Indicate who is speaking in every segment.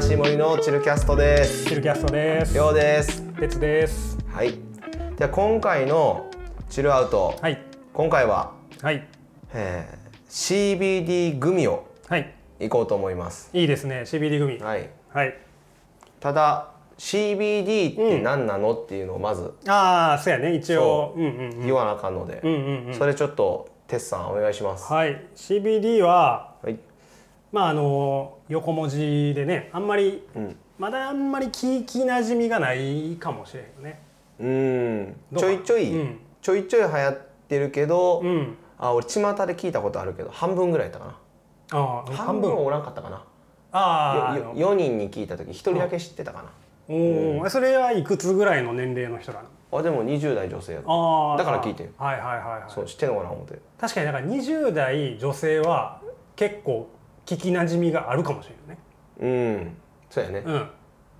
Speaker 1: しい森のチルキャストです
Speaker 2: チルキャストです。
Speaker 1: ようです
Speaker 2: 鉄です。
Speaker 1: はいじゃあ今回のチルアウト、
Speaker 2: はい。
Speaker 1: 今回は、
Speaker 2: はい。
Speaker 1: えー CBD グミを
Speaker 2: はい。
Speaker 1: いこうと思います
Speaker 2: いいですね。CBD 組。はい。
Speaker 1: はいただ CBD って何なのっていうのをまず
Speaker 2: ああ、そうやね。一応。うんうんうん。
Speaker 1: 言わなあかんので、
Speaker 2: うんうんうん。
Speaker 1: それちょっとテスさんお願いしますは
Speaker 2: はい。CBD は、
Speaker 1: い
Speaker 2: まああの横文字でね、あんまり、
Speaker 1: ん
Speaker 2: まだあんまり聞きなじみがないかもしれんよね。
Speaker 1: うーん
Speaker 2: どう
Speaker 1: ち
Speaker 2: か
Speaker 1: ょいちょい、
Speaker 2: うん
Speaker 1: ちょいちょい流行ってるけど、
Speaker 2: うん。
Speaker 1: あ俺巷で聞いたことあるけど半分ぐらいやったか
Speaker 2: ああ、
Speaker 1: な半分は。おらんかったかな
Speaker 2: あああ
Speaker 1: よ
Speaker 2: の。
Speaker 1: よ4人に聞いた時1人だけ知ってたかな、
Speaker 2: おお、それはいくつぐらいの年齢の人なの。
Speaker 1: あでも20代女性やった
Speaker 2: ああ。
Speaker 1: だから聞いてる。
Speaker 2: はいはいはいはい。
Speaker 1: そう知ってんのかな思って
Speaker 2: 確かにだから20代女性は結構聞きなじみがあるかもしれない
Speaker 1: う
Speaker 2: ね。
Speaker 1: んそうやね
Speaker 2: うん、っ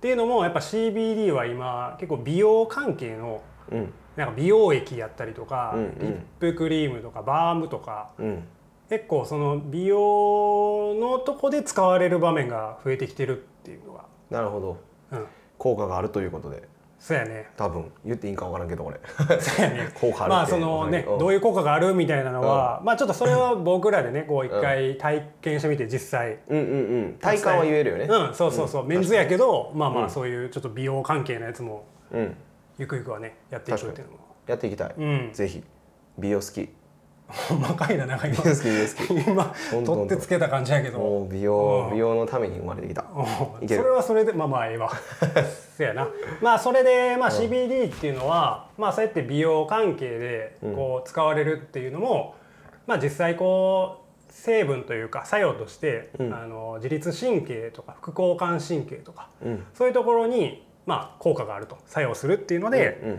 Speaker 2: ていうのもやっぱ CBD は今結構美容関係の
Speaker 1: うん
Speaker 2: なんか美容液やったりとか、
Speaker 1: うん
Speaker 2: リップクリームとかバームとか
Speaker 1: うん
Speaker 2: 結構その美容のとこで使われる場面が増えてきてるっていうのが、
Speaker 1: なるほど
Speaker 2: うん、
Speaker 1: 効果があるということで
Speaker 2: そう やね
Speaker 1: 多分言っていいんか分からんけど俺
Speaker 2: そうやね
Speaker 1: 効果あるって
Speaker 2: まあそのね
Speaker 1: うん
Speaker 2: どういう効果があるみたいなのは、まあちょっとそれは僕らでねこう一回体験してみて実際
Speaker 1: うんうんうん体感は言えるよね
Speaker 2: うん、そうそうそう、メンズやけど、まあまあ、そういうちょっと美容関係のやつも、
Speaker 1: うん
Speaker 2: ゆくゆくはね、やっていくっていうのも。
Speaker 1: やっていきたい、
Speaker 2: うん、
Speaker 1: ぜひ美容好 き美
Speaker 2: 細かいな、なんか今、
Speaker 1: 容好き美容好き
Speaker 2: 今、
Speaker 1: どんどん
Speaker 2: 取ってつけた感じやけど。
Speaker 1: もう美容
Speaker 2: うん
Speaker 1: 美容のために生まれてきた
Speaker 2: うん
Speaker 1: い
Speaker 2: そ
Speaker 1: ける
Speaker 2: れはそれで、まあまあ、ええわ。 せやな、まあ、それで、まあ、C. B. D. っていうのは、まあ、そうやって美容関係で、こう使われるっていうのも。まあ、実際、こう。成分というか作用として、あの自律神経とか副交感神経とか、
Speaker 1: うん
Speaker 2: そういうところに、まあ、効果があると作用するっていうので、
Speaker 1: うん
Speaker 2: ま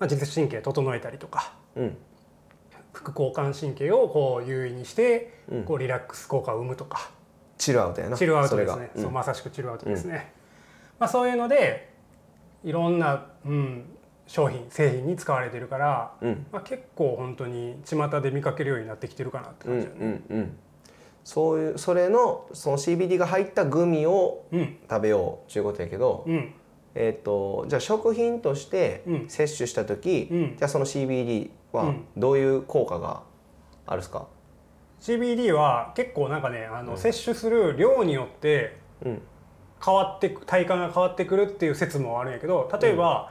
Speaker 2: あ、自律神経整えたりとか
Speaker 1: うん
Speaker 2: 副交感神経をこう優位にして、こうリラックス効果を生むとか
Speaker 1: チルアウトやな
Speaker 2: チルアウト
Speaker 1: それ
Speaker 2: です
Speaker 1: が
Speaker 2: ね
Speaker 1: う
Speaker 2: そ
Speaker 1: ん
Speaker 2: うまさしくチルアウトですね、まあ、そういうのでいろんな、うん、商品製品に使われてるから、
Speaker 1: うん
Speaker 2: まあ、結構本当に巷で見かけるようになってきてるかなって
Speaker 1: うん
Speaker 2: 感じだね、
Speaker 1: うんうんそういうそれのその CBD が入ったグミを
Speaker 2: うん
Speaker 1: 食べようということやけど、
Speaker 2: うん
Speaker 1: えー、とじゃあ食品として
Speaker 2: うん
Speaker 1: 摂取した時、
Speaker 2: うん
Speaker 1: じゃあその CBD
Speaker 2: う
Speaker 1: は
Speaker 2: ん
Speaker 1: どういう効果があるんですか、
Speaker 2: CBD は結構なんかねあの、摂取する量によって
Speaker 1: うん
Speaker 2: 変わってく体感が変わってくるっていう説もあるんやけど例えば、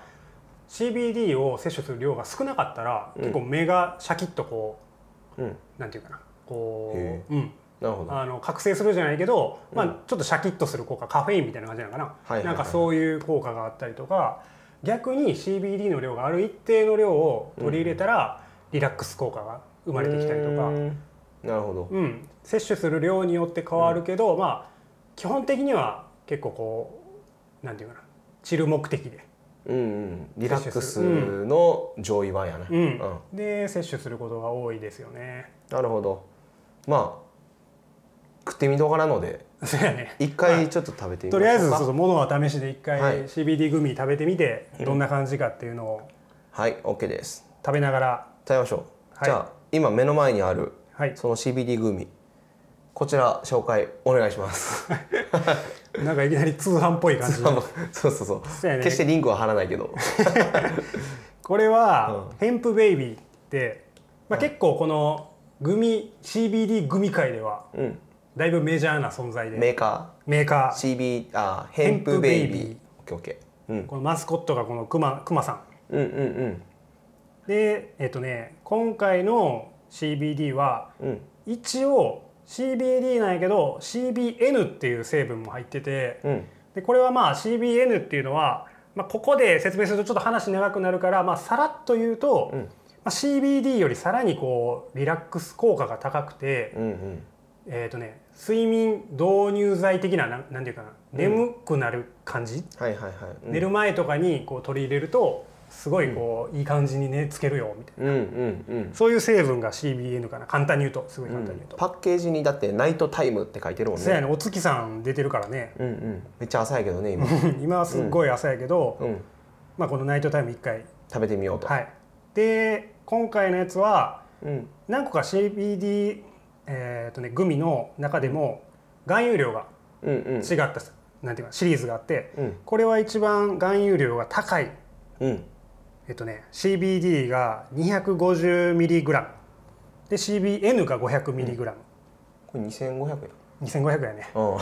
Speaker 2: CBD を摂取する量が少なかったら、結構目がシャキッとこ
Speaker 1: うん、
Speaker 2: うなんていうかなこ
Speaker 1: へ
Speaker 2: う、うん、
Speaker 1: なるほど
Speaker 2: あの覚醒するじゃないけど、まあ、ちょっとシャキッとする効果カフェインみたいな感じなのかな、
Speaker 1: いはいはい
Speaker 2: なんかそういう効果があったりとか逆に CBD の量がある一定の量を取り入れたら、リラックス効果が生まれてきたりとか
Speaker 1: う。んなるほど
Speaker 2: うん、摂取する量によって変わるけど、まあ基本的には結構こうなんていうかな散る目的で,、
Speaker 1: うんうんリラックス
Speaker 2: 摂取す
Speaker 1: の上位版やね、
Speaker 2: うん
Speaker 1: うん
Speaker 2: で摂取することが多いですよね。
Speaker 1: なるほどまあ食ってみとからんので
Speaker 2: そうやね
Speaker 1: 一回ちょっと食べてみ
Speaker 2: と
Speaker 1: ま
Speaker 2: りあえず
Speaker 1: しょう
Speaker 2: そ
Speaker 1: か
Speaker 2: のものは試しで一回
Speaker 1: はい
Speaker 2: CBD グミ食べてみてどんな感じかっていうのを
Speaker 1: はい OK です
Speaker 2: 食べながら、
Speaker 1: 食べましょう、
Speaker 2: はい
Speaker 1: じゃあ今目の前にある
Speaker 2: はい、
Speaker 1: その CBD グミこちら紹介お願いします
Speaker 2: なんかいきなり通販っぽい感じ
Speaker 1: そうそうそう
Speaker 2: そうやね
Speaker 1: 決してリンクは貼らないけど
Speaker 2: これは、ヘンプベイビーって、まあ、結構このグミ CBD グミ界では
Speaker 1: うん
Speaker 2: だいぶメジャーな存在で
Speaker 1: メーカ
Speaker 2: メーカー
Speaker 1: ー CB あヘンプベイビーオッケーオッケーうん
Speaker 2: このマスコットがこのクマクマさん
Speaker 1: うんうん
Speaker 2: でえっとね今回の CBD は
Speaker 1: うんうん
Speaker 2: 一応 CBD なんやけど CBN っていう成分も入ってて
Speaker 1: うん
Speaker 2: でこれはまあ CBN っていうのは、まあ、ここで説明するとちょっと話長くなるから、まあ、さらっと言うと、
Speaker 1: うん
Speaker 2: まあ、CBD よりさらにこうリラックス効果が高くて、
Speaker 1: うんうん
Speaker 2: えっとね、睡眠導入剤的ななんなんていうかな眠くなる感じ、
Speaker 1: はいはいはいうん
Speaker 2: 寝る前とかにこう取り入れるとすごいこういい感じに寝つけるよみたいな
Speaker 1: うんうんうん
Speaker 2: そういう成分が CBN かな簡単に言うとすごい簡単に言うと、
Speaker 1: パッケージにだってナイトタイムって書いてるもん
Speaker 2: そうや
Speaker 1: ね
Speaker 2: ねお月さん出てるからね
Speaker 1: うんうんめっちゃ浅いけどね今
Speaker 2: 今はすっごい朝やけど、
Speaker 1: うん
Speaker 2: まあ、このナイトタイム1回
Speaker 1: 食べてみようと
Speaker 2: はいで今回のやつは
Speaker 1: うん
Speaker 2: 何個か CBD、えーとね、グミの中でも含有量が
Speaker 1: うんうん
Speaker 2: 違ったなんていうかシリーズがあって、
Speaker 1: うん
Speaker 2: これは一番含有量が高い
Speaker 1: うん
Speaker 2: えっとね CBD が 250mg で CBN が 500mg、
Speaker 1: これ2500円
Speaker 2: 2500やね
Speaker 1: うん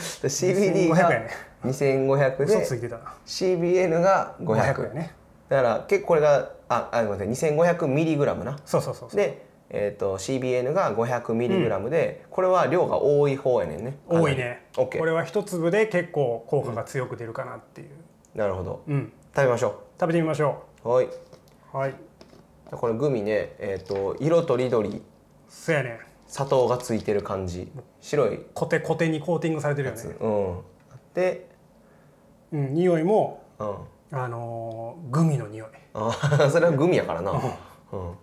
Speaker 1: CBD
Speaker 2: 2500や
Speaker 1: が
Speaker 2: ね
Speaker 1: 2500
Speaker 2: 嘘
Speaker 1: で
Speaker 2: ついてたな
Speaker 1: CBN が
Speaker 2: 500
Speaker 1: 500
Speaker 2: やね
Speaker 1: だから結構これがああごめんなさい2500ミリグラムな
Speaker 2: そうそうそうそう
Speaker 1: で、えー、と CBN が500ミリグラムで、これは量が多い方やねんね
Speaker 2: 多いね、
Speaker 1: オッケー
Speaker 2: これは一粒で結構効果が強く出るかなっていう
Speaker 1: なるほど
Speaker 2: うん、
Speaker 1: 食べましょ
Speaker 2: 食べてみましょ
Speaker 1: うはいう
Speaker 2: はい
Speaker 1: このグミねえっ、と色とりどり
Speaker 2: そやね
Speaker 1: 砂糖がついてる感じ白い
Speaker 2: コテコテにコーティングされてるよね
Speaker 1: うんで
Speaker 2: うん匂いも
Speaker 1: うん
Speaker 2: あのーグミの匂い
Speaker 1: あ それはグミやからなうんあ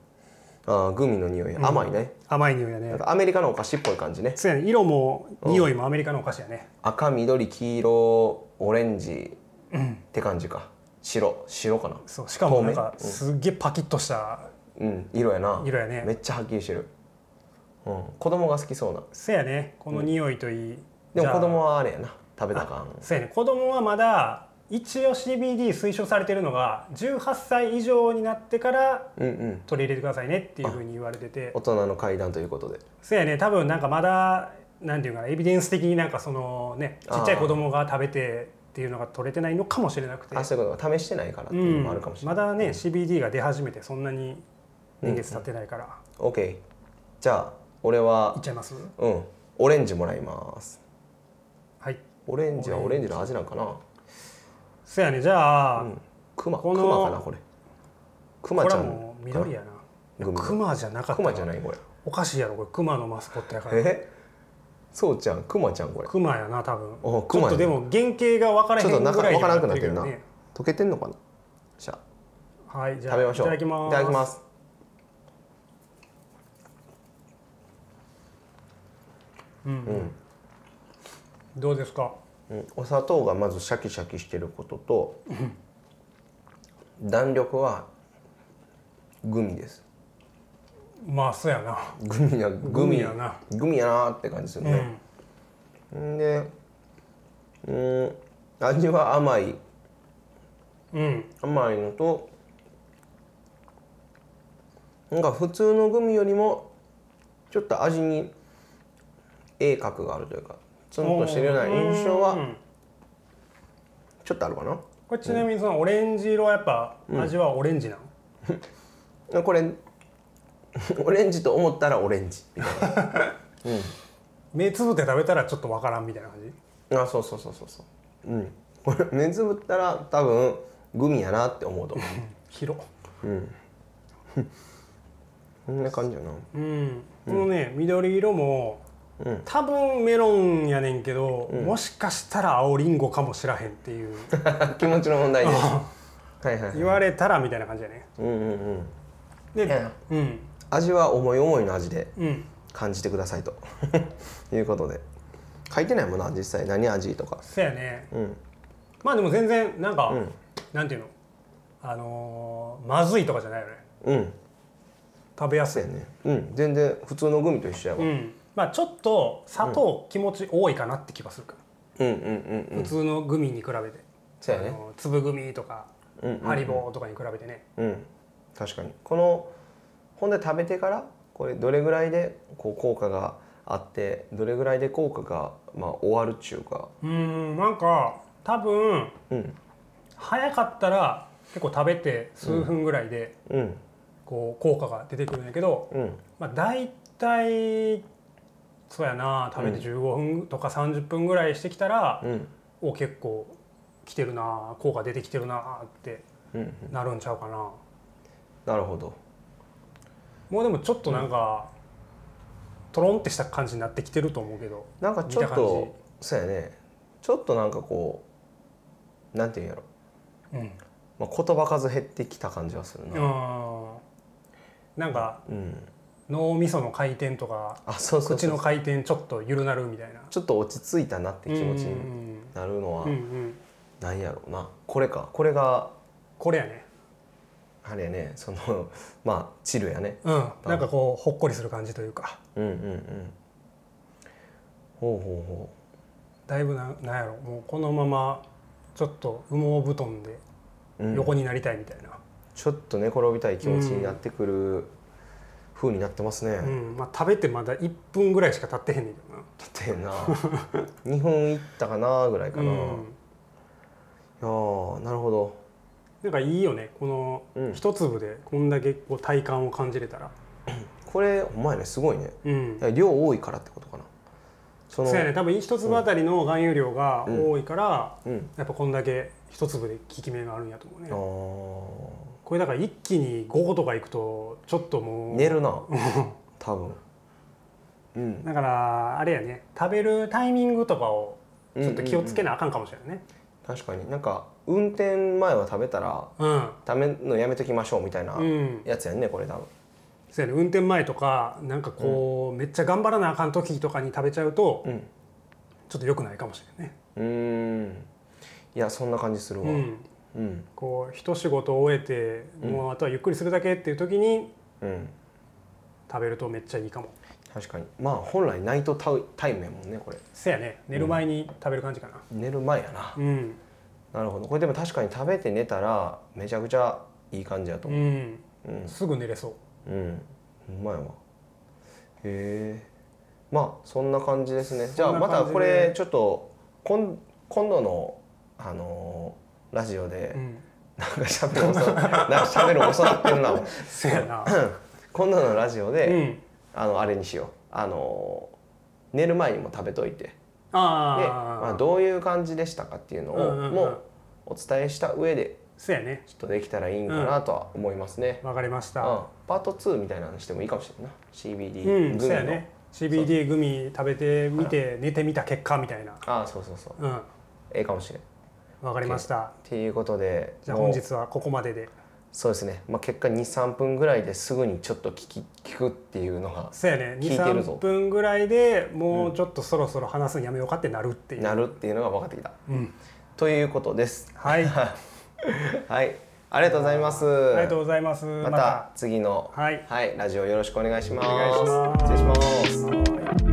Speaker 1: ーグミの匂い甘いね、
Speaker 2: 甘い匂いやね
Speaker 1: なんかアメリカのお菓子っぽい感じね
Speaker 2: そうやね色も匂いもアメリカのお菓子やね
Speaker 1: 赤緑黄色オレンジって感じか白白かな
Speaker 2: そうしかもなんかすっげえパキッとした
Speaker 1: うん色やな
Speaker 2: 色やね
Speaker 1: めっちゃはっきりしてる、うん、子供が好きそうな
Speaker 2: そうやねこの匂いといい、
Speaker 1: で
Speaker 2: じ
Speaker 1: も
Speaker 2: ゃあ
Speaker 1: 子供はあれやな食べたらあかん
Speaker 2: そうやね子供はまだ一応 CBD 推奨されてるのが18歳以上になってから
Speaker 1: うんうん
Speaker 2: 取り入れてくださいねっていうふうに言われてて
Speaker 1: 大人の階段ということで
Speaker 2: そうやね多分なんかまだなんていうかなエビデンス的になんかそのねちっちゃい子供が食べてっていうのが取れてないのかもしれなくて
Speaker 1: あそういうことが試してないからって
Speaker 2: う
Speaker 1: いうの
Speaker 2: ん
Speaker 1: もあるかもしれな
Speaker 2: ま
Speaker 1: い、
Speaker 2: だね CBD が出始めてそんなに年月経ってないから、
Speaker 1: オッケーじゃあ俺はい
Speaker 2: っちゃいます
Speaker 1: うんオレンジもらいます
Speaker 2: はい
Speaker 1: オレンジはオレンジの味なんかな
Speaker 2: そうやねじゃあ、
Speaker 1: クマク
Speaker 2: こ
Speaker 1: マ
Speaker 2: の
Speaker 1: かなこれクマ
Speaker 2: こ
Speaker 1: ち
Speaker 2: れ
Speaker 1: ゃん
Speaker 2: はもう緑やな
Speaker 1: グミ
Speaker 2: クマじゃなかった
Speaker 1: クマじゃ
Speaker 2: ない
Speaker 1: ないこれ
Speaker 2: おかしいやろこれクマのマスコットやから
Speaker 1: えそうちゃんクマちゃんこれ
Speaker 2: クマやな多分
Speaker 1: お
Speaker 2: ち
Speaker 1: ク
Speaker 2: ょ
Speaker 1: マやな
Speaker 2: っとでも原型が分からへ
Speaker 1: ちょ
Speaker 2: ん
Speaker 1: っ
Speaker 2: ぐ
Speaker 1: と
Speaker 2: らい
Speaker 1: なか分からなくなって
Speaker 2: る
Speaker 1: るな溶けてんのかなじゃあ
Speaker 2: はいじゃあ
Speaker 1: 食べましょう
Speaker 2: いただきます
Speaker 1: いただきます
Speaker 2: どうですか
Speaker 1: うんお砂糖がまずシャキシャキしてることと弾力はグミです
Speaker 2: まあそうやな
Speaker 1: グミやグ
Speaker 2: グ
Speaker 1: ミ
Speaker 2: ミやな
Speaker 1: グミやなって感じするね、ん、でうん味は甘い
Speaker 2: うん
Speaker 1: 甘いのとなんか普通のグミよりもちょっと味に鋭角があるというかツンとしてるような印象
Speaker 2: う
Speaker 1: は
Speaker 2: ん
Speaker 1: ちょっとあるかな
Speaker 2: これちなみにそのオレンジ色はやっぱ味はオレンジなの、
Speaker 1: でこれ オレンジと思ったらオレンジみたい
Speaker 2: 目つぶって食べたらちょっと分からんみたいな感じ
Speaker 1: なあそうそうそうそうそううんこれ目つぶったら多分グミやなって思うと 思
Speaker 2: 広
Speaker 1: うこんな感じやな
Speaker 2: うん、このね緑色も、多分メロンやねんけど、もしかしたら青りんごかもしらへんっていう
Speaker 1: 気持ちの問題 ですはいはい
Speaker 2: 言われたらみたいな感じやね
Speaker 1: うんうんうん
Speaker 2: でうん
Speaker 1: 味は思い思いの味で
Speaker 2: うん
Speaker 1: 感じてくださいと いうことで書いてないもんな実際何味とか
Speaker 2: そやね
Speaker 1: うん
Speaker 2: まあでも全然なんか、
Speaker 1: ん
Speaker 2: なんていうのあのーまずいとかじゃないよね
Speaker 1: うん
Speaker 2: 食べやす
Speaker 1: そ
Speaker 2: いう
Speaker 1: やねうん全然普通のグミと一緒やわ、
Speaker 2: うんまあちょっと砂糖気持ち多いかなって気がするから、
Speaker 1: うん、うんうんうん
Speaker 2: 普通のグミに比べて
Speaker 1: そうやね
Speaker 2: あのー粒グミとか、
Speaker 1: うん
Speaker 2: ハリボーとかに比べてね
Speaker 1: うん確かにこのほんで食べてからこれどれぐらいでこう効果があってどれぐらいで効果がまあ終わるっちゅうか
Speaker 2: うーんなんか多分
Speaker 1: うん
Speaker 2: 早かったら結構食べて数分ぐらいで
Speaker 1: うん
Speaker 2: こう効果が出てくるんやけど、
Speaker 1: うん
Speaker 2: まあ、大体そうやな食べて15分とか30分ぐらいしてきたら、
Speaker 1: うん
Speaker 2: お結構来てるな効果出てきてるなって
Speaker 1: うん
Speaker 2: なるんちゃうかな
Speaker 1: なるほど
Speaker 2: もうでもちょっとなんか、トロンってした感じになってきてると思うけど
Speaker 1: なんかちょっ
Speaker 2: 見た感
Speaker 1: とそうやねちょっとなんかこうなんていうんやろ、
Speaker 2: うん
Speaker 1: まあ、言葉数減ってきた感じはする
Speaker 2: う
Speaker 1: な、
Speaker 2: んなんか
Speaker 1: うん、
Speaker 2: 脳みその回転とか
Speaker 1: あそうそう
Speaker 2: 口
Speaker 1: そう
Speaker 2: の回転ちょっと緩なるみたいな
Speaker 1: ちょっと落ち着いたなって気持ちに
Speaker 2: に
Speaker 1: なるのは
Speaker 2: うんうん、
Speaker 1: なんやろうなこれかこれが
Speaker 2: これやね、
Speaker 1: あれやねそのまあチルやね
Speaker 2: うん、なんかこうほっこりする感じというか
Speaker 1: うんうんうんほうほうほう
Speaker 2: だいぶななんやろもうこのままちょっと羽毛布団で
Speaker 1: うん
Speaker 2: 横になりたいみたいな、
Speaker 1: ちょっと寝転びたい気持ちになってくる風になってますね、
Speaker 2: うんまあ、食べてまだ1分ぐらいしか経ってへんねんけどな
Speaker 1: だってな 2分いったかなぐらいかな、い
Speaker 2: うん
Speaker 1: やーなるほど
Speaker 2: なんかいいよねこ
Speaker 1: う
Speaker 2: の
Speaker 1: ん
Speaker 2: 一粒でこんだけこう体感を感じれたら
Speaker 1: これお前ねすごいね
Speaker 2: うん
Speaker 1: だから量多いからってことかなその
Speaker 2: そうやね多分一粒あたりの含有量が多いから、
Speaker 1: うん
Speaker 2: やっぱこんだけ一粒で効き目があるんやと思うね
Speaker 1: あー
Speaker 2: これだから一気に5個とかいくとちょっともう
Speaker 1: 寝るな多分うん
Speaker 2: だからあれやね食べるタイミングとかをちょっと気をつけなあかんかもしれないね
Speaker 1: 確かになんか運転前は食べたら
Speaker 2: うん
Speaker 1: 食べるのやめときましょうみたいな
Speaker 2: うん
Speaker 1: やつやんねこれ多分
Speaker 2: そうやね運転前とかなんかこう、めっちゃ頑張らなあかん時とかに食べちゃうと、
Speaker 1: うん
Speaker 2: ちょっと良くないかもしれないね、
Speaker 1: うーんいやそんな感じするわ
Speaker 2: う
Speaker 1: うん、
Speaker 2: ん、
Speaker 1: うん
Speaker 2: こう一仕事終えて、もうあとはゆっくりするだけっていう時に食べるとめっちゃいいかも
Speaker 1: 確かにまあ本来ナイトタウタイムやもんねこれ
Speaker 2: せやね寝る前に食べる感じかな
Speaker 1: 寝る前やな
Speaker 2: うん
Speaker 1: なるほどこれでも確かに食べて寝たらめちゃくちゃいい感じやと
Speaker 2: う
Speaker 1: 思
Speaker 2: ん、
Speaker 1: ううん
Speaker 2: すぐ寝れそう
Speaker 1: うんうまいわへえまあそんな感じですねじゃあ
Speaker 2: そん
Speaker 1: ま
Speaker 2: な感じで
Speaker 1: たこれちょっと今今度のあのーラジオで
Speaker 2: うん
Speaker 1: なんかしゃべる遅 なんかしゃべる遅なってるな
Speaker 2: せやな
Speaker 1: 今度のラジオ
Speaker 2: う
Speaker 1: で、
Speaker 2: ん
Speaker 1: あのあれにしようあのー寝る前にも食べといてで、まあ、
Speaker 2: ああ
Speaker 1: どういう感じでしたかっていうのを
Speaker 2: うんうんうん
Speaker 1: もうお伝えした上で
Speaker 2: せやね
Speaker 1: ちょっとできたらいいんかなとは思いますね、
Speaker 2: わかりまし
Speaker 1: うん
Speaker 2: た
Speaker 1: パート2みたいなのしてもいいかもしれないな
Speaker 2: う
Speaker 1: CBD
Speaker 2: ん
Speaker 1: グ
Speaker 2: せ
Speaker 1: ミの、
Speaker 2: やね CBD グミ食べてみて寝てみた結果みたいな
Speaker 1: ああそうそうそう
Speaker 2: うん
Speaker 1: ええかもしれんっ
Speaker 2: わかりました
Speaker 1: ていうことで
Speaker 2: じゃあ
Speaker 1: もう
Speaker 2: 本日はここまでで
Speaker 1: そうですね、まあ、結果23分ぐらいですぐにちょっと聞き聞くっていうのが
Speaker 2: せやね
Speaker 1: 聞いてるぞ
Speaker 2: 23分ぐらいでもうちょっとそろそろ話すのやめようかってなるっていう
Speaker 1: なるっていうのが分かってきた
Speaker 2: うん
Speaker 1: ということです
Speaker 2: はいあ
Speaker 1: はいありがとうございます
Speaker 2: りがとうございます
Speaker 1: また次の
Speaker 2: はい
Speaker 1: ラジオよろしくお願いします
Speaker 2: お願いしま
Speaker 1: 失礼
Speaker 2: す
Speaker 1: します
Speaker 2: はい